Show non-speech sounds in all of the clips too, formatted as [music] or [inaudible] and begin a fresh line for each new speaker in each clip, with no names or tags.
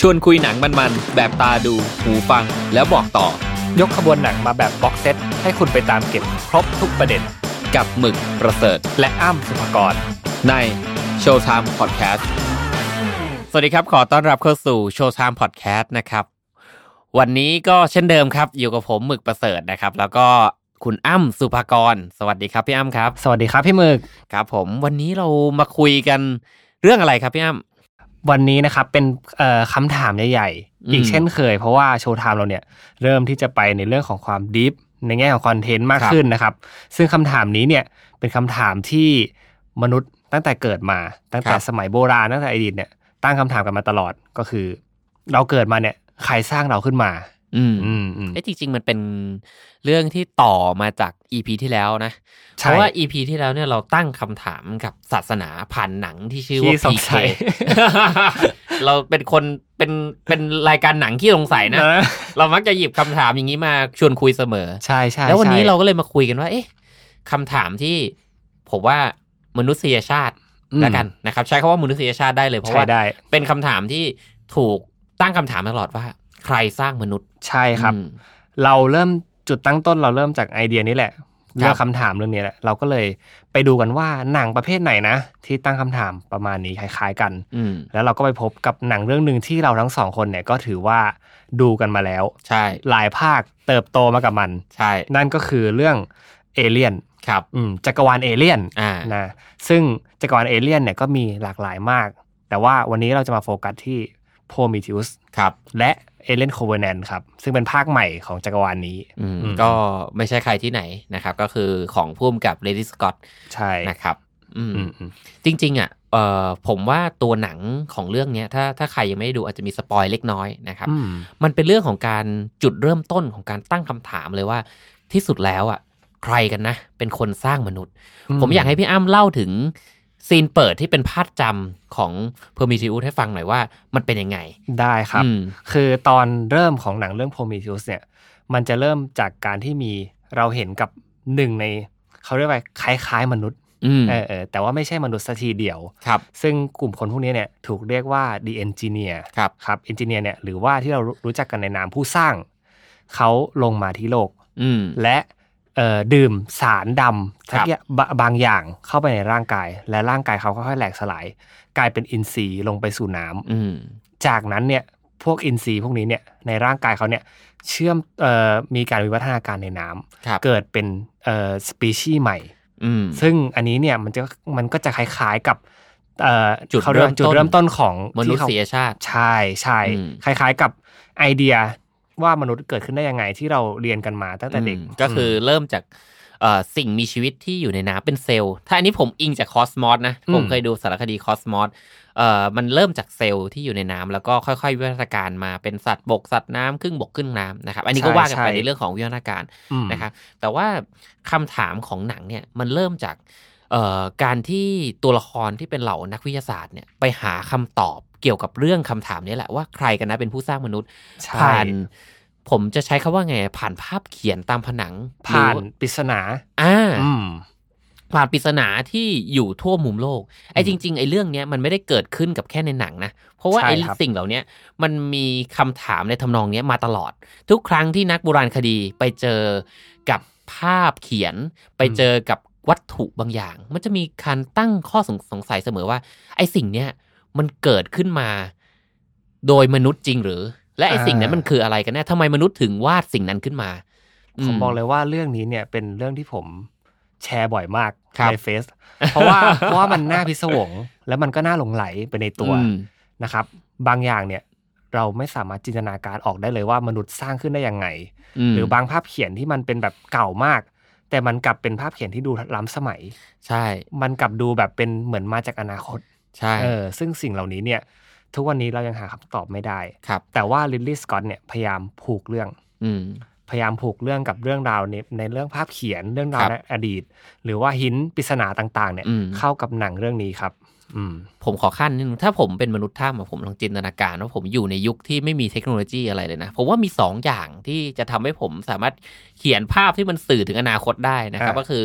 ชวนคุยหนังมันๆ แบบตาดู หูฟัง แล้วบอกต่อ
ยกขบวนหนังมาแบบบ็อกเซตให้คุณไปตามเก็บครบทุกประเด็น
กับหมึกประเสริฐ
และอ้ำสุภกร
ใน Showtime Podcast
สวัสดีครับ ขอต้อนรับเข้าสู่โชว์ไทม์พอดแคสต์นะครับ วันนี้ก็เช่นเดิมครับ อยู่กับผมหมึกประเสริฐนะครับ แล้วก็คุณอ้ำสุภากร สวัสดีครับพี่อ้ำครับ
สวัสดีครับพี่หมึก
ครับ ผมวันนี้เรามาคุยกันเรื่องอะไรครับพี่อ้ำ
วันนี้นะครับเป็นเอ่อคำถามใหญ่
อืม
ๆ อีกเช่นเคย เพราะว่าโชว์ไทม์เราเนี่ยเริ่มที่จะไปในเรื่องของความดิฟในแง่ของคอนเทนต์มาก
ครับ
ขึ้นนะครับ ซึ่งคำถามนี้เนี่ยเป็นคำถามที่มนุษย์ตั้งแต่เกิดมา ตั้งแต่สมัยโบราณตั้งแต่อดีตเนี่ยตั้งคำถามกันมาตลอดก็คือ เราเกิดมาเนี่ยใครสร้างเราขึ้นมา
อืม
อืมอืม
เอ้ยจริง ๆ มันเป็นเรื่องที่ต่อมาจากอีพีที่แล้วนะ
ใช่
เพราะว่าอีพีที่แล้วเนี่ยเราตั้งคำถามกับศาสนาผ่านหนังที่ชื่อ
ขี้
ว่า
ส
PK
งสัย
[laughs] เราเป็นคนเป็นเป็นรายการหนังที่สงสัยนะ
นะ [laughs]
เรามักจะหยิบคำถามอย่างนี้มาชวนคุยเสมอ
ใช่ใช่
แล้ววันนี้
ใช่
เราก็เลยมาคุยกันว่า เอ๊ะคำถามที่ผมว่ามนุษยชาติ
อืม
แล้วกันนะครับ ใช้คำว่ามนุษยชาติได้เลยเพราะ
ใช่
ว่า
ได้
เป็นคำถามที่ถูกตั้งคำถามตลอดว่า ใครสร้างมนุษย์
ใช่ครับ
อืม
เราเริ่มจุดตั้งต้นเราเริ่มจากไอเดียนี้แหละเรื่องคำถามเรื่องนี้แหละ เราก็เลยไปดูกันว่าหนังประเภทไหนนะ ที่ตั้งคำถามประมาณนี้คล้ายๆกัน
อืม
แล้วเราก็ไปพบกับหนังเรื่องหนึ่งที่เราทั้งสองคนเนี่ยก็ถือว่าดูกันมาแล้ว
ใช่
หลายภาคเติบโตมากับมัน
ใช่
นั่นก็คือเรื่องเอเลียน
ครับ
อืมจักรวาลเอเลียน
อ่า
นะซึ่งจักรวาลเอเลียนเนี่ยก็มีหลากหลายมาก แต่ว่าวันนี้เราจะมาโฟกัสที่โพมิทิอุส
ครับ
และเอเลนโคเวแนนครับซึ่งเป็นภาคใหม่ของจักรวาลนี้
อืม
อืม
ก็ไม่ใช่ใครที่ไหนนะครับ ก็คือของพุ่มกับเลดี้สกอต
ใช่
นะครับ อืม
อืมอืม
จริง ๆ อ่ะเออผมว่าตัวหนังของเรื่องเนี้ยถ้าถ้าใครยังไม่ได้ดูอาจจะมีสปอยเล็กน้อยนะครับ
อืม
มันเป็นเรื่องของการจุดเริ่มต้นของการตั้งคำถามเลยว่า ที่สุดแล้วอ่ะ ใครกันนะ เป็นคนสร้างมนุษย์ ผมอยากให้พี่อ้ำเล่าถึง ซีนเปิดที่เป็นภาพจำของ p e r m i t i u s ให้ฟังหน่อยว่ามันเป็นยังไง
ได้ครับ
อืม
คือตอนเริ่มของหนังเรื่อง Prometheus เนี่ย มันจะเริ่มจากการที่มีเราเห็นกับหนึ่งใน เขาเรียกว่าคล้ายๆ มนุษย์
อืม
เออเออแต่ว่าไม่ใช่มนุษย์สักทีเดียว
ครับ
ซึ่งกลุ่มคนพวกนี้เนี่ยถูกเรียกว่า the engineer
ครับ
ครับ engineer เนี่ยหรือว่าที่เรารู้รู้จักกันในนามผู้สร้าง เขาลงมาที่โลก
อืม
และเอ่อดื่มสารดำ
ครับ
ทักอย่างบะบางอย่างเข้าไปในร่างกาย และร่างกายเขาค่อยๆแหลกสลาย กลายเป็นอินทรีย์ลงไปสู่น้ำ
อืม
จากนั้นเนี่ยพวกอินทรีย์พวกนี้เนี่ยในร่างกายเขาเนี่ยเชื่อมเอ่อมีการวิวัฒนาการในน้ำ
ครับ
เกิดเป็นเอ่อสปีชีส์ใหม่
อืม
ซึ่งอันนี้เนี่ยมันจะมันก็จะคล้ายๆกับเอ่อ
จุด
ขาว่า
เริ่มต้น
จุดเริ่มต้นของ
มนุษ
ที่เขา
ยชาติ
ใช่ใช่
อืม
คล้ายๆกับไอเดียว่ามนุษย์เกิดขึ้นได้ยังไงที่เราเรียนกันมาตั้งแต่เด็ก
อืมก็คือเริ่มจากเอ่อสิ่งมีชีวิตที่อยู่ในน้ำเป็นเซลล์ ถ้าอันนี้ผมอิงจากคอสมอสนะ
อืม
ผมเคยดูสารคดีคอสมอสเอ่อมันเริ่มจากเซลล์ที่อยู่ในน้ำแล้วก็ค่อยๆวิวัฒนาการมาเป็นสัตว์บกสัตว์น้ำครึ่งบกครึ่งน้ำนะครับ อันนี้ก็ว่ากันไปในเรื่องของวิวัฒนาการ
อืม
นะครับ แต่ว่าคำถามของหนังเนี่ยมันเริ่มจากเอ่อการที่ตัวละครที่เป็นเหล่านักวิทยาศาสตร์เนี่ยไปหาคำตอบเกี่ยวกับเรื่องคำถามนี้แหละว่าใครกันนะเป็นผู้สร้างมนุษย์
ใช่
ผ่านผมจะใช้คำาว่าไง ผ่านภาพเขียนตามผนัง
ผ่าน
หรือ
ปริศนา
อ่า
อืม
ผ่านปริศนาที่อยู่ทั่วมุมโลกไอ้จริง ๆ ไอ้เรื่องเนี้ยมันไม่ได้เกิดขึ้นกับแค่ในหนังนะ เพราะว่า
ใช่
ไอ้
ครับ
สิ่งเหล่าเนี้ยมันมีคำถามในทำนองเนี้ยมาตลอด ทุกครั้งที่นักโบราณคดีไปเจอกับภาพเขียน ไปเจอกับวัตถุบางอย่าง มันจะมีการตั้งข้อสงสงสัยเสมอว่า ไอ้สิ่งเนี้ยมันเกิดขึ้นมาโดยมนุษย์จริงหรือ และไอ้สิ่งนั้นมันคืออะไรกันแน่ทำไมมนุษย์ถึงวาดสิ่งนั้นขึ้นมา
ผมบอก
เลย
เลยว่าเรื่องนี้เนี่ยเป็นเรื่องที่ผมแชร์บ่อยมาก
ครับ
ในเฟซเพราะว่า [laughs] เพราะว่ามันน่าพิศวง และมันก็น่าหลงไหลไปในตัวนะครับ บางอย่างเนี่ยเราไม่สามารถจินตนาการออกได้เลยว่ามนุษย์สร้างขึ้นได้ยังไง หรือบางภาพเขียนที่มันเป็นแบบเก่ามาก แต่มันกลับเป็นภาพเขียนที่ดูล้ำสมัย
ใช่
มันกลับดูแบบเป็นเหมือนมาจากอนาคต
ใช่
เออ ซึ่งสิ่งเหล่านี้เนี่ย ทุกวันนี้เรายังหาคำตอบไม่ได้
ครับ
แต่ว่าลิลลี่สกอตเนี่ยพยายามผูกเรื่อง
อืม
พยายามผูกเรื่องกับเรื่องราวในในเรื่องภาพเขียนเรื่องราว
ครับ
ในอดีต หรือว่าหินปริศนาต่างๆ เนี่ย
อืม
เข้ากับหนังเรื่องนี้ครับ อืม
ผมขอขั้นนิดนึงถ้าผมเป็นมนุษย์ถ้ำอะผมลองจินตนาการว่าผมอยู่ในยุคที่ไม่มีเทคโนโลยีอะไรเลยนะ ผมว่ามี 2 อย่างที่จะทำให้ผมสามารถเขียนภาพที่มันสื่อถึงอนาคตได้นะครับ
อ่า
ก็คือ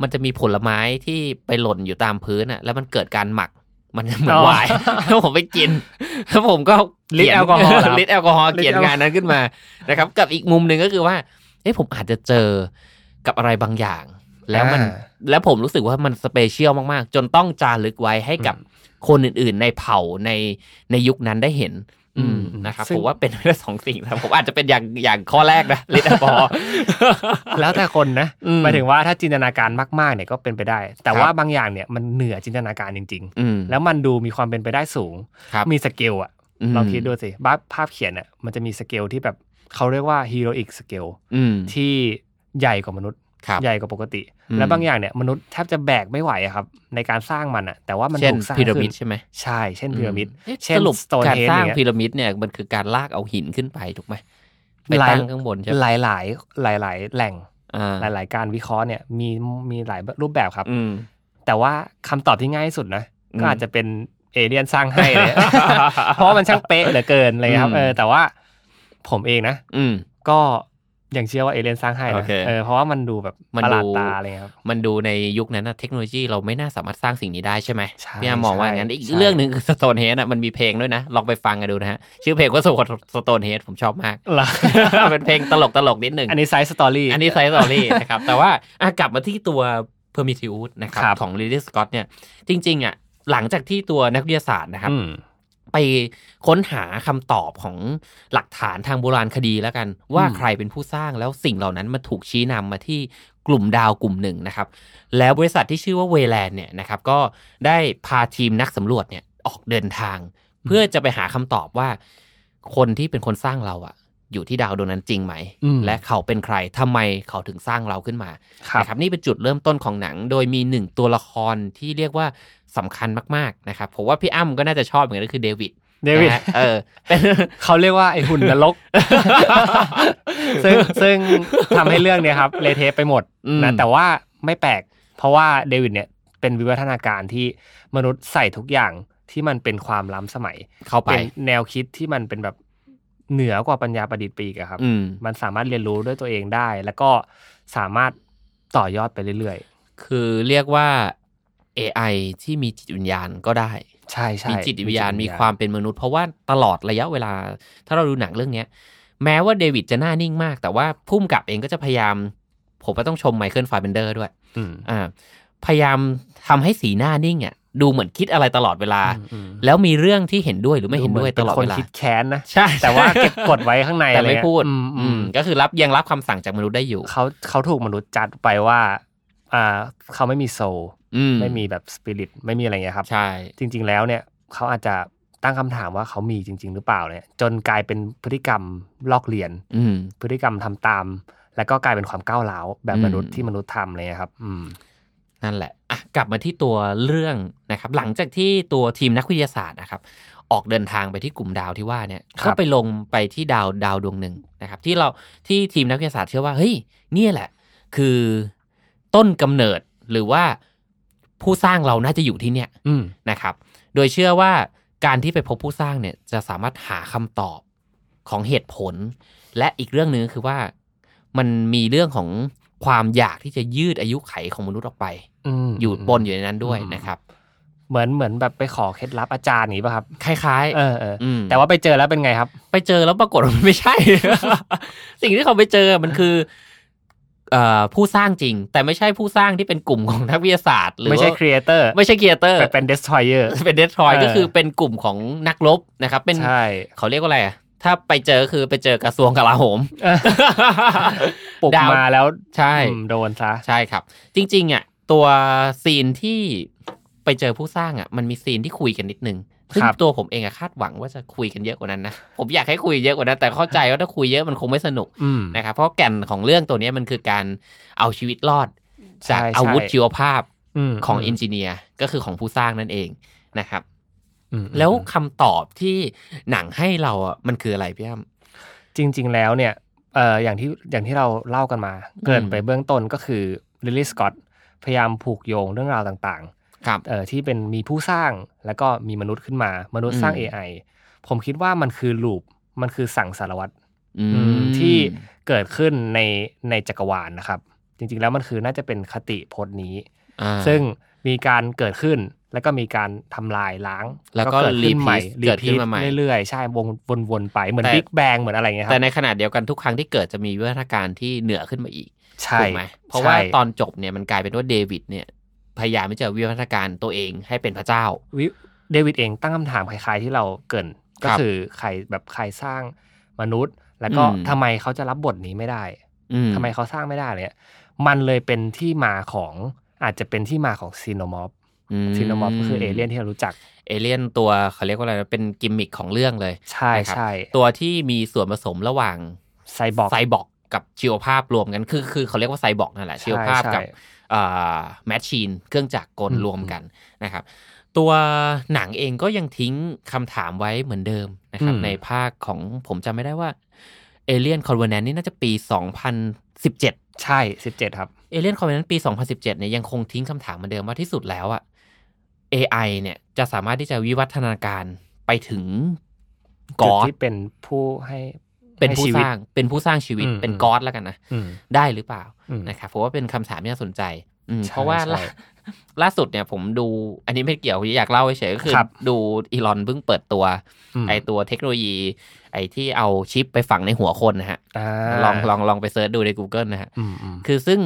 มันจะมีผลไม้ที่ไปหล่นอยู่ตามพื้นอ่ะแล้วมันเกิดการหมัก มันเหมือน
อ๋อ
ไวาย [laughs] แล้วผมไปกิน [laughs] แล้วผมก็
ลิตรแอลกอฮอล์เหรอ
ลิตรแอลกอฮอล์
ลิตร
เขียน
แอลกอฮอล์
งานนั้นขึ้นมานะครับ กับอีกมุมหนึ่งก็คือว่าเอ้ยผมอาจจะเจอกับอะไรบางอย่าง แล้วมัน
อ่า
แล้วผมรู้สึกว่ามันสเปเชียลมาก ๆ จนต้องจารึกไว้ให้กับคนอื่น ๆ ในเผ่าในในยุคนั้นได้เห็น อืม
อืม
นะครับ
ซึ่ง
ผมว่าเป็นได้สองสิ่งนะผมอาจจะเป็นอย่างอย่างข้อแรกนะลิตรแอลกอฮอ
[laughs]
ล์
แล้วแต่คนนะ
อืม
หมายถึงว่าถ้าจินตนาการมากๆเนี่ยก็เป็นไปได้ แต่
ครับ
ว่าบางอย่างเนี่ยมันเหนือจินตนาการจริง
อืม
ๆ แล้วมันดูมีความเป็นไปได้สูง
ครับ
มีสเกลอะลองคิดดู
วย
สิบ้าภาพเขียนอะมันจะมีสเกลที่แบบเขาเรียกว่าฮีโรอีกสเกล
อืม
ที่ใหญ่กว่ามนุษย์
ครับ
ใหญ่กว่าปกติ
อืม
และบางอย่างเนี่ยมนุษย์แทบจะแบกไม่ไหวอะครับ ในการสร้างมันอะแต่ว่ามัน
เช่น
ถูกสร้าง
พีระ
ขึ้
มิ
น
ดใช่ไหม
ใช่ เช่นพีระมิด
อื
เช่น
สรุป
Stonehenge
การสร้าง
อย่างเงี้ย
พีระมิดเนี่ย มันคือการลากเอาหินขึ้นไปถูกไหมไป
หลาย
ตั้งข้างบนใช่ไห
ห
ม
ลายหลายหลายหลายๆแหล่ง
อ่
หลาย
า
หลายๆการวิเคราะห์เนี่ยมีมีหลายรูปแบบครับ
อืม
แต่ว่าคำตอบที่ง่ายที่สุดนะ
อืม
ก็อาจจะเป็นเอเลี่ยนสร้างให้เลย [laughs] เพราะว่ามันช่างเป๊ะเหลือเกินอะไรเลยครับ
อืม
เออแต่ว่าผมเองนะ
อืม
ก็ยังเชื่อว่าเอเลี่ยนสร้างให้
โอ
นะ
เค
เออเพราะว่ามันดูแบบ
มัน
ประหลาด
ดู
ตาอะไรเลยครับ
มันดูในยุคนั้นนะเทคโนโลยีเราไม่น่าสามารถสร้างสิ่งนี้ได้ใช่ไหม
ใช่
พี่อามมองว่าอย่างนั้น
ใช่
อีก
ใช่
เรื่องหนึ่งคือสโตนเฮดอ่ะมันมีเพลงด้วยนะ ลองไปฟังกันดูนะฮะ ชื่อเพลงว่าสโตนเฮดผมชอบ
[laughs]
มาก
เหรอ
เป็นเพลงตลกตลกๆนิดหนึ่ง
อันนี้ไซส์สตอรี่
อันนี้ไซส์สอรี่นะครับ แต่ว่าอ่ะกลับมาที่ตัว Prometheus นะครับ
ครับ
ของลิลลี่สกอตเนี่ยจริงๆอ่ะหลังจากที่ตัวนักวิทยาศาสตร์นะครับ
อืม
ไปค้นหาคำตอบของหลักฐานทางโบราณคดีแล้วกัน ว่า
อืม
ใครเป็นผู้สร้างแล้วสิ่งเหล่านั้นมาถูกชี้นำมาที่กลุ่มดาวกลุ่มหนึ่งนะครับ แล้วบริษัทที่ชื่อว่าเวแลนเนี่ยนะครับก็ได้พาทีมนักสำรวจเนี่ยออกเดินทาง เพื่อจะไปหาคำตอบว่า คนที่เป็นคนสร้างเราอะอยู่ที่ดาวดวงนั้นจริงไหม
อืม
และเขาเป็นใครทำไมเขาถึงสร้างเราขึ้นมา
ครับ
นะครับนี่เป็นจุดเริ่มต้นของหนัง โดยมีหนึ่งตัวละครที่เรียกว่าสำคัญมากๆนะครับผมว่าพี่อ้ำก็น่าจะชอบเหมือนกันก็คือเดวิด
เดวิด
นะฮะเออเป็น
เขาเรียกว่าไอหุ่นน
[laughs]
รก ซึ่งซึ่งทำให้เรื่องเนี้ยครับเละเทะไปหมด
อืม
นะแต่ว่าไม่แปลก เพราะว่าเดวิดเนี่ยเป็นวิวัฒนาการที่มนุษย์ใส่ทุกอย่างที่มันเป็นความล้ำสมัย
เข้าไป
เป็นแนวคิดที่มันเป็นแบบเหนือกว่าปัญญาประดิษฐ์ไปอีกอะครับ
อืม
มันสามารถเรียนรู้ด้วยตัวเองได้ แล้วก็สามารถต่อยอดไปเรื่อย
คือเรียกว่า AI ที่มีจิตวิญญาณก็ได้
ๆ ใช่ใช่
มีจิตวิญญาณมีความเป็นมนุษย์ เพราะว่าตลอดระยะเวลา ถ้าเราดูหนังเรื่องเนี้ย แม้ว่าเดวิดจะหน้านิ่งมาก แต่ว่าพุ่มกับเองก็จะพยายาม ผมก็ต้องชมไมเคิลฟาเบนเดอร์ด้วย
อืม
อ่าพยายามทำให้สีหน้านิ่งอ่ะดูเหมือนคิดอะไรตลอดเวลา
อืม
แล้วมีเรื่องที่เห็นด้วยหรือไม่เห็นด้วยตลอด
ป็
เวน
คน
ลา
คิดแค้นนะ
ใช่
แต่ว่าเก็บกดไว้ข้างใน
แต่
อะไร
ไม่
เงี้ย
พูด
อืมอื
อื
ม
มก็คือรับยังรับคำสั่งจากมนุษย์ได้อยู่
เขาเขาถูกมนุษย์จัดไปว่าอ่าเขาไม่มีโซล
อืม
ไม่มีแบบสปิริตไม่มีอะไรเงี้ยครับ
ใช่
จริง ๆ แล้วเนี่ยเขาอาจจะตั้งคำถามว่าเขามีจริง ๆ หรือเปล่าเนี่ยจนกลายเป็นพฤติกรรมลอกเลียน
อืม
พฤติกรรมทำตาม แล้วก็กลายเป็นความก้าวร้าวแบบมนุษย์
อืม
ที่มนุษย์ทำเลยครับ อืม
นั่นแหละอ่ะกลับมาที่ตัวเรื่องนะครับ หลังจากที่ตัวทีมนักวิทยาศาสตร์นะครับ ออกเดินทางไปที่กลุ่มดาวที่ว่าเนี่ย
ครับ
ก็ไปลงไปที่ดาวดาวดวงหนึ่งนะครับ ที่เราที่ทีมนักวิทยาศาสตร์เชื่อว่าเฮ้ยเนี่ยแหละ คือต้นกำเนิดหรือว่าผู้สร้างเราน่าจะอยู่ที่เนี่ย
อืม
นะครับ โดยเชื่อว่าการที่ไปพบผู้สร้างเนี่ยจะสามารถหาคำตอบของเหตุผล และอีกเรื่องหนึ่งก็คือว่ามันมีเรื่องของความอยากที่จะยืดอายุไขของมนุษย์ออกไป อยู่บนอยู่ในนั้นด้วย
อืม
นะครับ
เหมือนเหมือนแบบไปขอเคล็ดลับอาจารย์อย่างนี้ป่ะครับ
คล้าย
เออเออ
ๆม
แต่ว่าไปเจอแล้วเป็นไงครับ
ไปเจอแล้วปรากฏว่ามันไม่
[laughs]
ใช่ สิ่งที่เขาไปเจอมันคือเอ่อผู้สร้างจริง แต่ไม่ใช่ผู้สร้างที่เป็นกลุ่มของนักวิทยาศาสตร์หรือ
ไม่ใช่
ว่า
ครีเอเตอร์
ไม่ใช่เกียร์เตอร์
แต่เป็น destroyer
เป็นเดสทรอย
เออ
ก็คือเป็นกลุ่มของนักรบนะครับเป็น
ใช่
เขาเรียกว่าอะไรอ่ะ ถ้าไปเจอคือไปเจอกระทรวงกลาโหม
เออปลุก
ดาว
มาแล้ว
ใช่
อืมโดนซะ
ใช่ครับ จริงๆอ่ะตัวซีนที่ไปเจอผู้สร้างอ่ะ มันมีซีนที่คุยกันนิดนึงซึ่ง
ครับ
ตัวผมเองอะคาดหวังว่าจะคุยกันเยอะกว่านั้นนะ ผมอยากให้คุยเยอะกว่านั้น แต่เข้าใจว่าถ้าคุยเยอะมันคงไม่สนุก
อืม
นะครับ เพราะแก่นของเรื่องตัวเนี้ยมันคือการเอาชีวิตรอด จาก
ใช่ใช่
อาวุธชีวภาพ
ม
ของเอนจิเนียร์ก็คือของผู้สร้างนั่นเองนะครับ
อืม
แล้วคำตอบที่หนังให้เราอ่ะมันคืออะไรพี่อ้ำ
จริง ๆ แล้วเนี่ยเอ่ออย่างที่อย่างที่เราเล่ากันมา เกรินไปเบื้องต้นก็คือลิลลี่สกอตพยายามผูกโยงเรื่องราวต่างๆ
ครับ
เอ่อที่เป็นมีผู้สร้างแล้วก็มีมนุษย์ขึ้นมา มนุษย์สร้าง
อืม
AI ผมคิดว่ามันคือลูปมันคือสั่งสารวัตร
อืม
ที่เกิดขึ้นในในจักรวาลนะครับ จริงๆแล้วมันคือน่าจะเป็นคติพจน์นี้
อ่า
ซึ่งมีการเกิดขึ้น แล้วก็มีการทำลายล้าง
แล้วก็
เกิดขึ้นใหม่
repeat เกิดขึ้นมาใหม่
repeat เรื่อยๆใช่วงวนๆไปเหมือน
แต่
บิ๊กแบงเหมือนอะไรอย่างเงี้ยค
แต่
รับ
ในขณะเดียวกันทุกครั้งที่เกิดจะมีวิวัฒนาการที่เหนือขึ้นมาอีก
ใช่
ถูกไหมเพราะว่า
ใช่
ตอนจบเนี่ยมันกลายเป็นว่าเดวิดเนี่ยพยายามที่จะวิวัฒนาการตัวเองให้เป็นพระเจ้า
วิเดวิดเองตั้งคำถามคล้ายๆที่เราเกริน
ครั
ก็
บ
คือใครแบบใครสร้างมนุษย์ แล้วก็
อืม
ทำไมเขาจะรับบทนี้ไม่ได้
อื
ทำไมเขาสร้างไม่ได้เนี่ยมันเลยเป็นที่มาของอาจจะเป็นที่มาของซีโนมอฟซีโนมอฟก็คือเอเลี่ยนที่เรารู้จัก
เอเลี่ยนตัวเขาเรียกว่าอะไรนะเป็นกิมมิคของเรื่องเลย
ใช่
นะครับ
ใช่
ตัวที่มีส่วนผสมระหว่าง
ไซบอร์ก
ไซบอร์กกับชีวภาพรวมกัน คือคือเขาเรียกว่าไซบอร์กนั่นแหละ
ใช่
ชีวภาพกับ
ใช่
แมชชีนเครื่องจักรกล
อืม
รวมกันนะครับ ตัวหนังเองก็ยังทิ้งคำถามไว้เหมือนเดิมนะครับ ในภาคของผมจำไม่ได้ว่าเอเลียนคอนเว n น n นนี่น่าจะปี 2017
ใช่สิบเจ็ดครับ
เอเลียนคอนเว n น n นปี 2017เนี่ยยังคงทิ้งคำถามเหมือนเดิมว่าที่สุดแล้วอะ AI เนี่ยจะสามารถที่จะวิวัฒนาการไปถึงก
จุด
อด
ที่เป็นผู้ให้
เป็นผู้
ให้ชี
ส
วิต
ร้างเป็นผู้สร้างชีวิต
อืม
เป็น
อืม
กอดแล้วกันนะ
อืม
ได้หรือเปล่า
อืม
นะครับผมว่าเป็นคำถามที่น่าสนใจอืม
ใช่
เพราะว่า
ใช่
ล่าล่าสุดเนี่ยผมดู อันนี้ไม่เกี่ยวอยากเล่าเฉยๆก็คือ
ครับ
ดูอีลอนเพิ่งเปิดตัว
ม
ไอตัวเทคโนโลยี ไอที่เอาชิปไปฝังในหัวคนนะฮะ
า
ลองลองลองไปเซิร์ชดูใน Google นะฮะ
อืมอืม
คือซึ่ง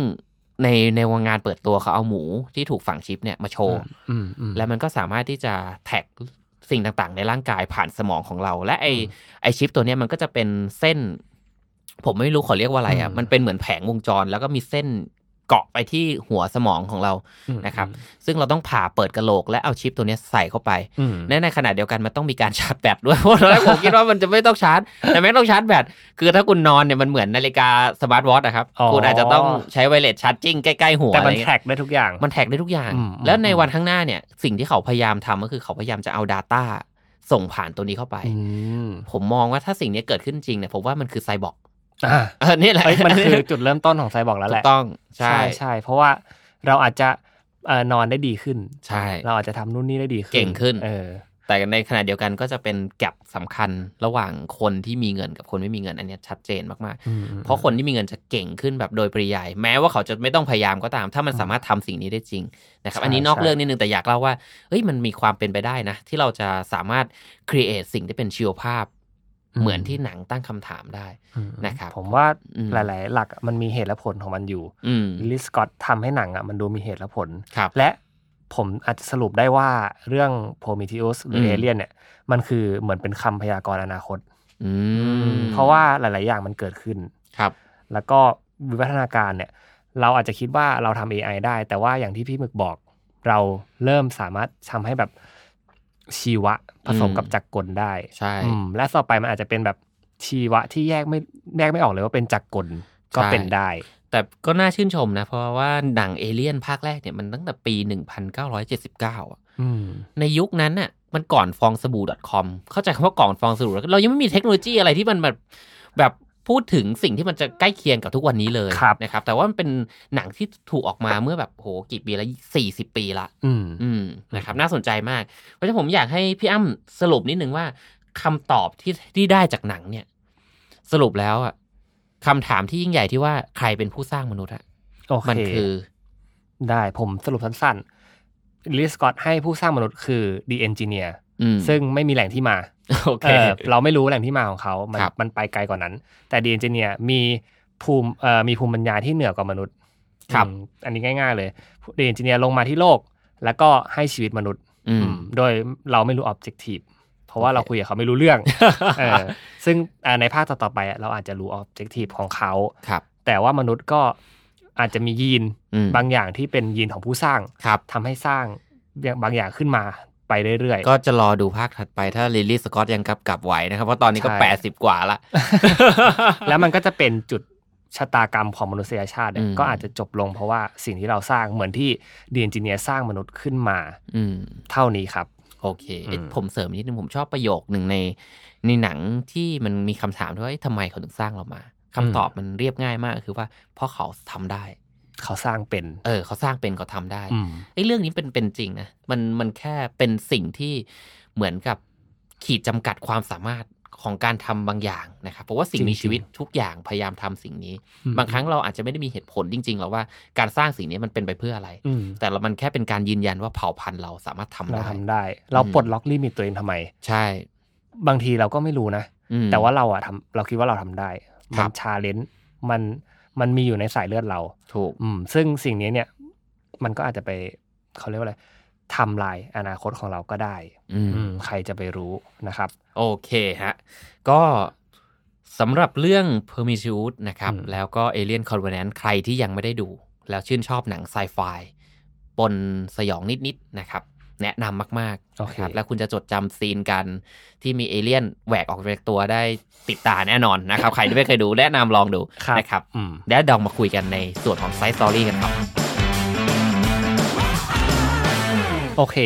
ในในวงงานเปิดตัวเขาเอาหมูที่ถูกฝังชิปเนี่ยมาโชว์
อืมอืม
แล้วมันก็สามารถที่จะแท็กสิ่งต่างๆ ในร่างกายผ่านสมองของเรา และไอไอชิปตัวเนี้ยมันก็จะเป็นเส้น ผมไม่รู้ขอเรียกว่าอะไรอ่ะ
อืม
มันเป็นเหมือนแผงวงจร แล้วก็มีเส้นเกาะไปที่หัวสมองของเรา
อืม
นะครับ ซึ่งเราต้องผ่าเปิดกระโหลก และเอาชิปตัวเนี้ยใส่เข้าไป
อืม
และในขณะเดียวกันมันต้องมีการชาร์จแบตด้วยเพรา [laughs] ะตอนแรกผมคิดว่ามันจะไม่ต้องชาร์จ แต่ไม่งต้องชาร์จแบตคือถ้าคุณนอนเนี่ยมันเหมือนนาฬิกาสมาร์ทวอทนะครับ
อ๋อ
คุณอาจจะต้องใช้ไวเลสชาร์จจิ้งใกล้ๆหัว
แต่
อะไร
มัน
เงี้ย
แท็กได้ทุกอย่าง
มันแท็กได้ทุกอย่าง
อืมอืม
แล้วในวันข้างหน้าเนี่ย สิ่งที่เขาพยายามทำก็คือเขาพยายามจะเอา Data ส่งผ่านตัวนี้เข้าไป
อืม
ผมมองว่าถ้าสิ่งนี้เกิดขึ้นจริงเนี่ยผมว่ามันคือไซบอร์ก
อ่า
เออนี่แหละ
เอ้ยมันคือจุดเริ่มต้นของไซบอร์กแล้ว
ถู
แหละ
กต้องใช่
ใช่เพราะว่าเราอาจจะเอ่อนอนได้ดีขึ้น
ใช่
เราอาจจะทำนู่นนี่ได้ดีขึ้น
เก่งขึ้น
เออ
แต่ในขณะเดียวกันก็จะเป็นแกลบสำคัญระหว่างคนที่มีเงินกับคนไม่มีเงินอันเนี้ยชัดเจนมาก
อืม
ๆ เพราะคนที่มีเงินจะเก่งขึ้นแบบโดยปริยาย แม้ว่าเขาจะไม่ต้องพยายามก็ตาม ถ้ามันสามารถทำสิ่งนี้ได้จริงนะครับ
ใช่
อันนี้นอก
ใช่
เรื่องนิดนึงแต่อยากเล่าว่าเฮ้ยมันมีความเป็นไปได้นะ ที่เราจะสามารถ create สิ่งที่เป็นชีวภาพ เหมือนที่หนังตั้งคำถามได้
อืม
นะครับ
ผมว่า
อืม
หลาย ๆ หลักอะมันมีเหตุและผลของมันอยู่
อืม
ลิสกอตทำให้หนังอ่ะมันดูมีเหตุและผล
ครับ
และผมอาจจะสรุปได้ว่าเรื่อง Prometheus หรือ
ม
อ Alien เนี่ย มันคือเหมือนเป็นคำพยากรณ์อนาคต
อืม
เพราะว่าหลาย ๆ อย่างมันเกิดขึ้น
ครับ
แล้วก็วิวัฒนาการเนี่ย เราอาจจะคิดว่าเราทำ AI ได้ แต่ว่าอย่างที่พี่หมึกบอก เราเริ่มสามารถทำให้แบบชีวะผสม
อืม
กับจักรกลได้
ใช่
อืมและต่อไปมันอาจจะเป็นแบบชีวะที่แยกไม่แยกไม่ออกเลยว่าเป็นจักรกลก็
ใช่
เป็นได้
แต่ก็น่าชื่นชมนะ เพราะว่าหนังเอเลี่ยนภาคแรกเนี่ยมันตั้งแต่ปี 1979อะ
อืม
ในยุคนั้นน่ะมันก่อนฟองสบู่ .com เข้าใจคำว่าก่อนฟองสบู่ .com เรายังไม่มีเทคโนโลยีอะไรที่มันแบบแบบพูดถึงสิ่งที่มันจะใกล้เคียงกับทุกวันนี้เลยนะครับ แต่ว่ามันเป็นหนังที่ถูกออกมาเมื่อแบบโหกี่ปีละสี่สิบปีละ
อืม
อืมนะครับน่าสนใจมาก เพราะฉะนั้นผมอยากให้พี่อ้ำสรุปนิดนึงว่าคำตอบที่ที่ได้จากหนังเนี่ย สรุปแล้วอะคำถามที่ยิ่งใหญ่ที่ว่าใครเป็นผู้สร้างมนุษย์อะ
โอเค
มันคือ
ได้ผมสรุปสั้นๆลิสกอตให้ผู้สร้างมนุษย์คือ The Engineer
อืม
ซึ่งไม่มีแหล่งที่มา
โอเค
เออเราไม่รู้แหล่งที่มาของเขา มัน
ครับ
มันไปไกลกว่านั้น แต่ The Engineer มีภูมิเอ่อมีภูมิปัญญาที่เหนือกว่ามนุษย์
ครับ
อืมอันนี้ง่าย ๆ เลย The Engineer ลงมาที่โลก แล้วก็ให้ชีวิตมนุษย์
อืม
อืมโดยเราไม่รู้ objective เพราะว่า
โอเค
เราคุยกับเขาไม่รู้เรื่อง
[laughs]
เออซึ่งเอ่อในภาคต่อๆไปอะเราอาจจะรู้ objective ของเขา
ครับ
แต่ว่ามนุษย์ก็อาจจะมียีน
อืม
บางอย่างที่เป็นยีนของผู้สร้าง
ครับ
ทำให้สร้างบางอย่างขึ้นมาไปเรื่อยๆ
ก็จะรอดูภาคถัดไปถ้าลิลลี่สกอตยังกลับกลับไหวนะครับ เพราะตอนนี้ก็
ใช่
แปดสิบกว่า
[laughs]
ละ
แล้วมันก็จะเป็นจุดชะตากรรมของมนุษยชาติเนี่ย
อืม
ก็อาจจะจบลงเพราะว่าสิ่งที่เราสร้างเหมือนที่ดีเอนจิเนียสร้างมนุษย์ขึ้นมา
อืม
เท่านี้ครับ
โอเคเอ๊ะ
อืม
ผมเสริมนิดนึงผมชอบประโยคหนึ่งในในหนังที่มันมีคำถามที่ว่าเอ๊ะทำไมเขาถึงสร้างเรามาคำตอบมันเรียบง่ายมากคือว่าเพราะเขาทำได้
เขาสร้างเป็น
เออ เขาสร้างเป็นเขาทำได้
อืม
ไอ้เรื่องนี้เป็นเป็นจริงนะมันมันแค่เป็นสิ่งที่เหมือนกับขีดจำกัดความสามารถ ของการทำบางอย่างนะครับเพราะว่าสิ่งมี
จริงๆ
ชีวิตทุกอย่างพยายามทำสิ่งนี้
อืม
บางครั้งเราอาจจะไม่ได้มีเหตุผลจริงๆหรอกว่าการสร้างสิ่งนี้มันเป็นไปเพื่ออะไร
อืม
แต่เรามันแค่เป็นการยืนยันว่าเผ่าพันธุ์เราสามารถทำ
เรา
ได้
ทำได้ เรา
อืม
ปลดล็อกลิมิตตัวเองทำไม
ใช่
บางทีเราก็ไม่รู้นะ
อืม
แต่ว่าเราอะทำเราคิดว่าเราทำได้
ครั
มัน
บ
ชาเลนจ์มันมันมีอยู่ในสายเลือดเรา
ถูก
อืมซึ่งสิ่งนี้เนี่ยมันก็อาจจะไปเขาเรียกว่าอะไรทำลายอนาคตของเราก็ได้
อืม
อืมใครจะไปรู้นะครับ
โอเคฮะ ก็สำหรับเรื่อง p e r m i t i u d นะครับ
อืม
แล้วก็ Alien Covenant ใครที่ยังไม่ได้ดู แล้วชื่นชอบหนังไซไฟปนสยองนิดๆนะครับ แนะนำมากๆนะรับแล้วคุณจะจดจำซีนกันที่มีเอเลี่ยนแหวกออกจากตัวได้ติดตาแน่นอนนะครับ ใครที่ไม่เคยดูแนะนำลองดูนะครับ
อืม
แล้วเดองมาคุยกันในส่วนของไซส์สตอรี่กันครับ
โอเค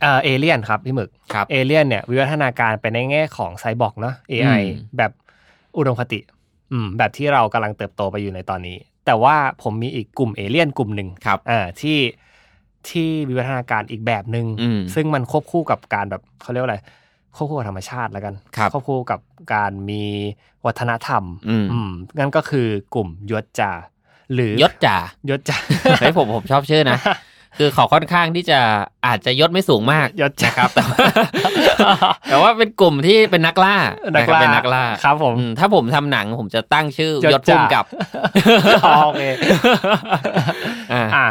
เอ่อเอเลียนครับพี่หมึก
ครับ
เอเลียนเนี่ยวิวัฒนาการไปในแง่ของไซบอร์กเนาะ AI
อืม
แบบอุดมคติอืมแบบที่เรากำลังเติบโตไปอยู่ในตอนนี้ แต่ว่าผมมีอีกกลุ่มเอเลียนกลุ่มหนึ่ง
ครับ
อ่าที่ที่วิวัฒนาการอีกแบบหนึ
อื่ ม
งซึ่งมันควบคู่กับการแบบเขาเรียกว่าอะไรควบคู่กับธรรมชาติแล้วกัน
ครับ
วบคู่กับการมีวัฒนธรรม
อืม
มนั่นก็คือกลุ่มยศจา หรือย
ศจ่า
ยศจา
เฮ้ยผมผมชอบชื่อนะ [laughs] คือเขาค่อนข้างที่จะอาจจะยศไม่สูงมาก
ยศจา
นะครับ แต่ว่าแต่ว่าเป็นกลุ่มที่เป็นนักล่า
นั
นะ
ก
ครับ
ล่า
เป็นนักล่า
ครับผม
อืมถ้าผมทำหนังผมจะตั้งชื่อย
ย
ศ
ศ
พุ่
จ่า
มกับ
อ๋อโอเค
อ่า
อ่ะ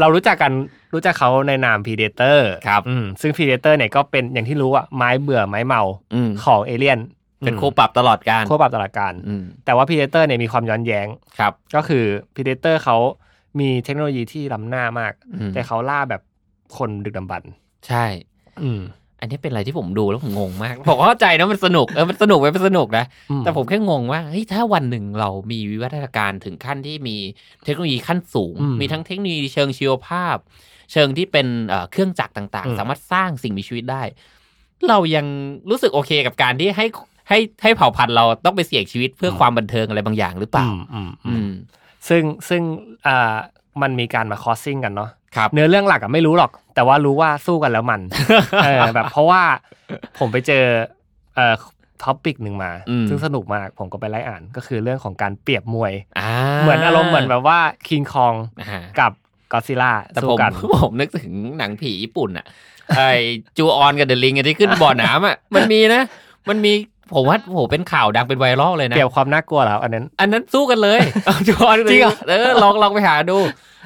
เรารู้จักกันรู้จักเขาในนาม Predator
ครับ
อืมซึ่ง Predator เนี่ยก็เป็นอย่างที่รู้อะไม้เบื่อไม้เมา
อืม
ของเอเลี่ยน
เป็นคู่ปรับตลอดการ
ควบปรับตลาดการ
อืม
แต่ว่า Predator เนี่ยมีความย้อนแย้ง
ครับ
ก็คือ Predator เขามีเทคโนโลยีที่ล้ำหน้ามาก
อืม
แต่เขาล่าแบบคนดึกดำบรรพ์
ใช่ อันนี้เป็นอะไรที่ผมดูแล้วผมงงมาก ผมเข้าใจนะมันสนุกเออมันสนุกไว้ยมันสนุกนะ
อื
แต่ผมแค่งงว่าเฮ้ยถ้าวันหนึ่งเรามีวิวัฒนาการถึงขั้นที่มีเทคโนโลยีขั้นสูง
อืม
มีทั้งเทคโนโลยีเชิงชีวภาพ เชิงที่เป็นเอ่อเครื่องจักรต่าง
อื
ๆ
ม
สามารถสร้างสิ่งมีชีวิตได้ เรายังรู้สึกโอเคกับการที่ให้ให้ให้เผ่าพันธุ์เราต้องไปเสี่ยงชีวิตเพื่อความบันเทิงอะไรบางอย่างหรือเปล่า
อืมอื
อื
ม
ม
ซึ่งซึ่งอ่ามันมีการมาคอสซิ่งกันเนาะ
ครับ
เนื้อเรื่องหลักอะไม่รู้หรอก แต่ว่ารู้ว่าสู้กันแล้ว
[laughs]
มัน เออแบบเพราะว่าผมไปเจอเอ่อท็อปิกหนึ่งมา
อืม
ซึ่งสนุกมากผมก็ไปไล่อ่านก็คือเรื่องของการเปรียบมวย
อ่า
เหมือนอารมณ์เหมือนแบบว่าคิงคอง
อ่า
กับกอซิล่า
แต่
สู้
ผม [laughs]
กัน
ผมนึกถึงหนังผีญี่ปุ่นอะไอจูออนกับเดอะลิงอะที่ขึ้นบ่อน้ำอะมันมีนะ มันมีผมว่าโหเป็นข่าวดังเป็นไวรัลเลยนะ
เปรียบความน่ากลัวเหรออันนั้น
อันนั้นสู้กันเลย เอาจูออนกับ
จริงเหรอ
เออลองลองไปหาดู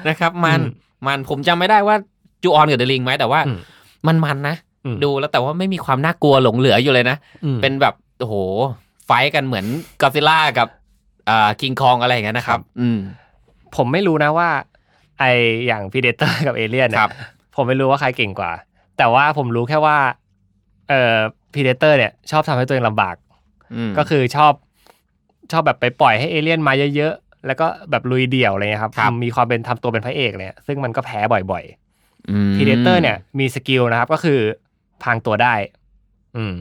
นะครับ มัน
อืม
มันผมจำไม่ได้ว่าจูออนกับเดอะลิงไหมแต่ว่า
อืม
มันมันนะ
อืม
ดูแล้วแต่ว่าไม่มีความน่ากลัวหลงเหลืออยู่เลยนะ
อืม
เป็นแบบโอ้โหไฟท์กันเหมือนกอซิล่ากับอ่าคิงคองอะไรอย่างเงี้ยนะครับ อืม
ผมไม่รู้นะว่า ไออย่างพีเดเตอร์กับเอเลีย
ค
นเนี่
รั
ย
บ
ผมไม่รู้ว่าใครเก่งกว่า แต่ว่าผมรู้แค่ว่าเอ่อพีเดเตอร์เนี่ยชอบทำให้ตัวเองลำบาก
อืม
ก็คือชอบชอบแบบไปปล่อยให้เอเลี่ยนมาเยอะๆ แล้วก็แบบลุยเดี่ยวอะไรเงี้ยครับ
ครับ
มีความเป็นทำตัวเป็นพระเอกเนี่ยซึ่งมันก็แพ้บ่อย
ม
ๆพีเดเตอร์เนี่ยมีสกิลนะครับก็คือพรางตัวได้ อืม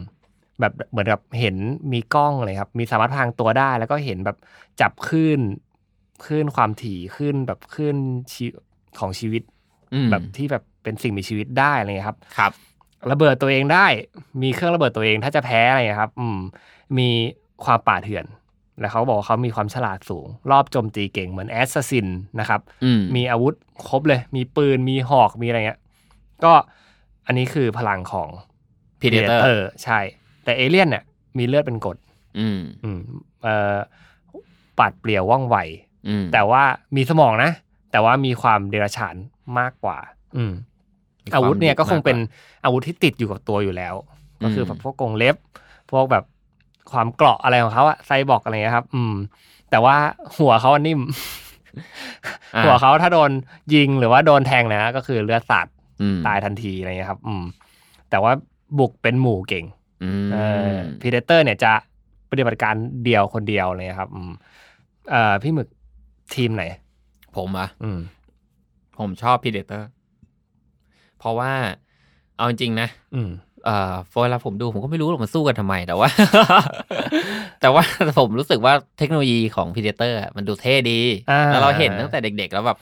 แบบเหมือนกับเห็นมีกล้องเลยครับ มีสามารถพรางตัวได้ แล้วก็เห็นแบบจับคลื่นคลื่นความถี่คลื่นแบบคลื่นชีของชีวิต
อืม
แบบที่แบบเป็นสิ่งมีชีวิตได้อะไรเงี้ยครับ
ครับ
ระเบิดตัวเองได้ มีเครื่องระเบิดตัวเองถ้าจะแพ้อะไรอย่างเงี้ยครับ อืม มีความป่าเถื่อน แล้วเขาบอกว่าเขามีความฉลาดสูง รอบโจมตีเก่งเหมือนแอสซัสซินนะครับ
อืม
มีอาวุธครบเลย มีปืน มีหอก มีอะไรเงี้ย ก็อันนี้คือพลังของ
Predator
ใช่ แต่เอเลี่ยนเนี่ยมีเลือดเป็นกรด
อืม
อืม เอ่อปาดเปลี่ยวว่องไว
อืม
แต่ว่ามีสมองนะ แต่ว่ามีความเดรัจฉานมากกว่า อืม
มีความ
อาวุธเนี่ยก็คงเป็น
มากก
อาวุธที่ติดอยู่กับตัวอยู่แล้ว ก็คืออ
ม
แบบพวกกรงเล็บ พวกแบบความเกราะอะไรของเขาอะไซบอร์กอะไรเงี้ยครับ อืม แต่ว่าหัวเขาอะนิ่ม
อ่ะ
หัวเขาถ้าโดนยิงหรือว่าโดนแทงนะ ก็คือเลือดสาด
อืม
ตายทันทีอะไรเงี้ยครับ อืม แต่ว่าบุกเป็นหมู่เก่ง
อืม
พีเดเตอร์เนี่ยจะปฏิบัติการเดียวคนเดียวเลยนะครับอืมเอ่อพี่หมึกทีมไหน
ผมอะ
อืม
ผมชอบ Predator เพราะว่าเอาจริงๆนะ
อืม
เอ่อเวลาผมดูผมก็ไม่รู้หรอกมันสู้กันทำไมแต่ว่า [laughs] แต่ว่า [laughs] ผมรู้สึกว่าเทคโนโลยีของ Predator อะมันดูเท่ดี
อ่า
แล้วเราเห็นตั้งแต่เด็กๆ แล้วแบบ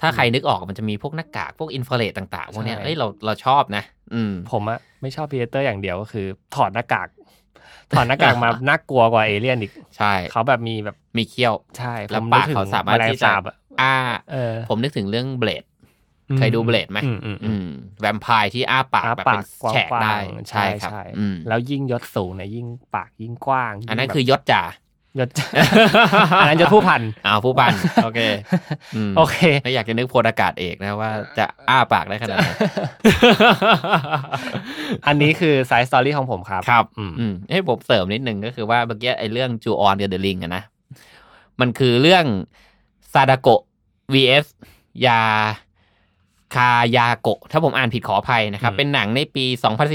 ถ้าใครนึกออกมันจะมีพวกหน้ากาก พวกอินฟราเรดต่างๆ พวกเนี้ย
ใช่
เอ้ยเราเราชอบนะ อืม
ผมอะไม่ชอบพีเดเตอร์อย่างเดียวก็คือ ถอดหน้ากาก ถอดหน้ากาก [laughs] มา น่ากลัวกว่าเอเลี่ยนอีก
ใช่
เขาแบบมีแบบ
มีเขี้ยว
ใช่
แล้ว
ผม
ปา
นึ
ก
ถึง
เขาสามารถ
แง
ที่จะ
สบอะ
อ้า
เออ
ผมนึกถึงเรื่องเบลด
อืม
เคยดูเบลดไหม
อือื
อืมแวมไพร์ที่อ้าปาก
อ้า
แบบ
ปา
เป็
ก
น
กว้าง
แฉก
ๆ
ได้
ใช่
ครับ
ใช่
อืม
แล้วยิ่งยศสูงเนี่ยยิ่งปากยิ่งกว้าง
อันนั้น
ยิ่งแบบ
คือยศจ่าย
ศ [laughs] อันนั้นยศผู้พัน
อ้าวผู้ปัน โอเคอืม
โอเค [laughs]
ไม่อยากจะนึกพลอากาศเอกนะว่าจะอ้าปากได้ขนาดไหน
อันนี้คือไซส์สตอรี่ของผมครับ
ครับ
อืม
อืมให้ยผมเสริมนิดนึงก็คือว่าเมื่อกี้ไอ้เรื่องจูออนกับเดอะลิงอะนะ มันคือเรื่องซาดาโกะ vs ยาคายาโกะ ถ้าผมอ่านผิดขออภัยนะครับ
อืม
เป็นหนังในปี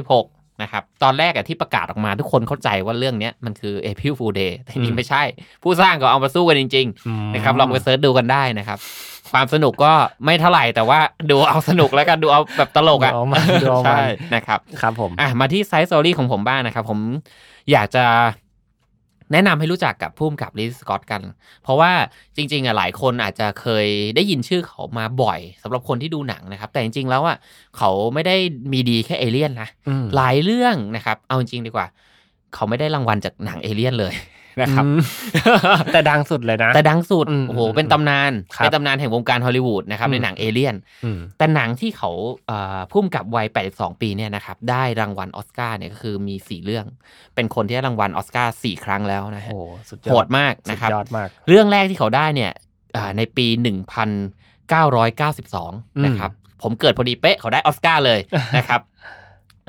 2016 นะครับ ตอนแรกอะที่ประกาศออกมาทุกคนเข้าใจว่าเรื่องเนี้ยมันคือ April Fool Day แต่นี่ไม่ใช่ ผู้สร้างก็เอามาสู้กันจริง ๆ นะครับลองไปเซิร์ชดูกันได้นะครับ ความสนุกก็ไม่เท่าไหร่แต่ว่าดูเอาสนุกแล้วกันดูเอาแบบตลกอ่ะ
ดูเอามันดูเอามัน
ใช่นะครับ
ครับผม
อ่ะมาที่ไซส์สตอรี่ของผมบ้างนะครับ ผมอยากจะแนะนำให้รู้จักกับพุ่มกับลิสสกอตกัน เพราะว่าจริง ๆอ่ะหลายคนอาจจะเคยได้ยินชื่อเขามาบ่อยสำหรับคนที่ดูหนังนะครับ แต่จริง ๆ แล้วอ่ะเขาไม่ได้มีดีแค่เอเลี่ยนนะ หลายเรื่องนะครับ เอาจริงๆดีกว่า เขาไม่ได้รางวัลจากหนังเอเลี่ยนเลยนะครับ
อืม แต่ดังสุดเลยนะ
แต่ดังสุด
อืม
โอ้โห
อืม
เป็นตำนาน
ครับ
เป็นตำนานแห่งวงการฮอลลีวูดนะครับ
อืม
ในหนังเอเลี่ยน
อืม
แต่หนังที่เขาเอ่อพุ่มกับวัย 82 ปีเนี่ยนะครับ ได้รางวัลออสการ์เนี่ยก็คือมี 4 เรื่อง เป็นคนที่ได้รางวัลออสการ์4ครั้งแล้วนะฮะ
โอ้สุดยอด
โหดมากนะครับ
สุดยอดมาก
เรื่องแรกที่เขาได้เนี่ยอ่าในปี 1992 นะครับ ผมเกิดพอดีเป๊ะเขาได้ออสการ์เลยนะครับ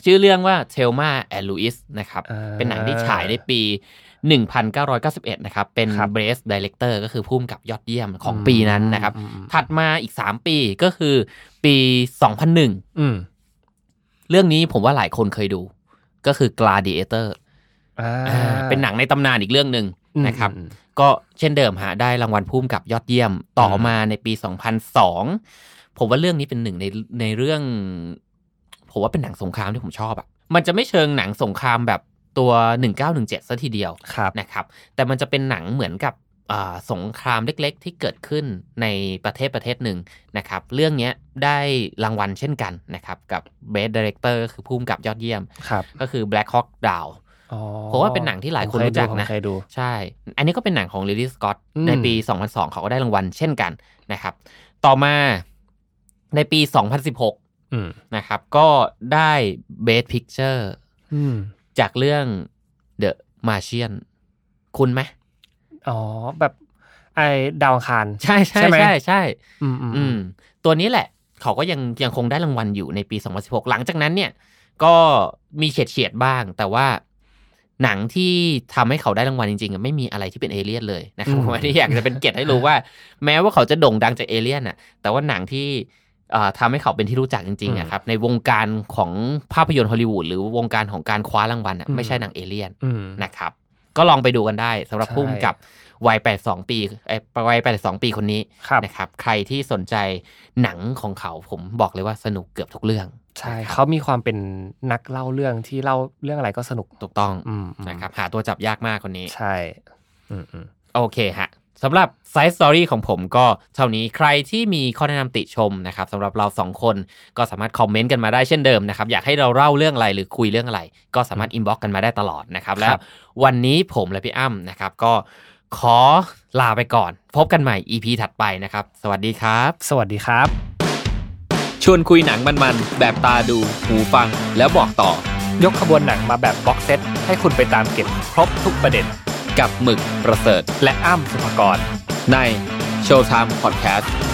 [laughs]
ชื่อเรื่องว่าเทลมาแอนลูอิสนะครับ
อ่า
เป็นหนังที่ฉายในปี 1991 นะครับ เป็น
ครับ
เบรสดีเลกเตอร์ก็คือผู้กำกับยอดเยี่ยมของปีนั้นนะครับ
อืมอืม
ถัดมาอีก 3 ปีก็คือปี 2001
อืม
เรื่องนี้ผมว่าหลายคนเคยดู ก็คือ Gladiator
อ่า
อ่าเป็นหนังในตำนานอีกเรื่องหนึ่งนะครับ
อืม
ก็เช่นเดิมฮะได้รางวัลพุ่มกับยอดเยี่ยมต่ออ
ม
มาในปี 2002 ผมว่าเรื่องนี้เป็นหนึ่งในในเรื่อง ผมว่าเป็นหนังสงครามที่ผมชอบอะมันจะไม่เชิงหนังสงครามแบบตัว 1917ซะทีเดียว
ครับ
นะครับ แต่มันจะเป็นหนังเหมือนกับอ่าสงครามเล็กๆ ที่เกิดขึ้นในประเทศประเทศหนึ่งนะครับ เรื่องเนี้ยได้รางวัลเช่นกันนะครับ กับ Best Director คือพุ่มกับยอดเยี่ยม
ครับ
ก็คือ Black Hawk Down
อ๋อ
ผมว่าเป็นหนังที่หลายคน
ผมเย
รู้จัก
ดู
นะ
ผมเคยดู
ใช่ อันนี้ก็เป็นหนังของลิลลี่สกอต
อืม
ในปี 2002 เขาก็ได้รางวัลเช่นกันนะครับ ต่อมาในปี 2016
อืม
นะครับ ก็ได้ Best Picture
อืม
จากเรื่อง The Martian คุณไหม
อ๋อแบบไอ้ดาวอังคาร
ใช่ใช่
ใช่ไหม
ใช่ใช่
อืมอืม
อืม ตัวนี้แหละ เขาก็ยังยังคงได้รางวัลอยู่ในปี 2016 หลังจากนั้นเนี่ย ก็มีเฉียดเฉียดๆบ้าง แต่ว่าหนังที่ทำให้เขาได้รางวัลจริงๆอะไม่มีอะไรที่เป็นเอเลี่ยนเลยนะครับผมอันนี้อยากจะเป็นเกียรติให้รู้ว่า แม้ว่าเขาจะโด่งดังจากเอเลี่ยนอ่ะ แต่ว่าหนังที่เอ่อทำให้เขาเป็นที่รู้จักจริงๆอะครับ ในวงการของภาพยนตร์ฮอลลีวูดหรือวงการของการคว้ารางวัลอะไม่ใช่หนังเอเลี่ยน
อืม
นะครับ ก็ลองไปดูกันได้สำหรับ
ใช่
พุ่มกับวัย 82 ปีเอ้ยวัย 82 ปีคนนี้
ครับ
นะครับใครที่สนใจหนังของเขาผมบอกเลยว่าสนุกเกือบทุกเรื่อง
ใช่เขามีความเป็นนักเล่าเรื่องที่เล่าเรื่องอะไรก็สนุก
ถูกต้อง
อืมอืม
นะครับหาตัวจับยากมากคนนี้
ใช่อืมอืม
โอเคฮะสำหรับไซส์สตอรี่ของผมก็เท่านี้ใครที่มีข้อแนะนำติชมนะครับสำหรับเราสองคนก็สามารถคอมเมนต์กันมาได้เช่นเดิมนะครับ อยากให้เราเล่าเรื่องอะไรหรือคุยเรื่องอะไร ก็สามารถอินบ็อกซ์กันมาได้ตลอดนะครับ แล้ววันนี้ผมและพี่อ้ำนะครับ ก็ขอลาไปก่อน พบกันใหม่ EP ถัดไปนะครับ สวัสดีครับ
สวัสดีครับ
ชวนคุยหนังมันๆ แบบตาดู หูฟัง แล้วบอกต่อ
ยกขบวนหนังมาแบบบ็อกเซตให้คุณไปตามเก็บครบทุกประเด็น
กับหมึกประเสริฐ
และอ้ำสุภกร
ใน Showtime Podcast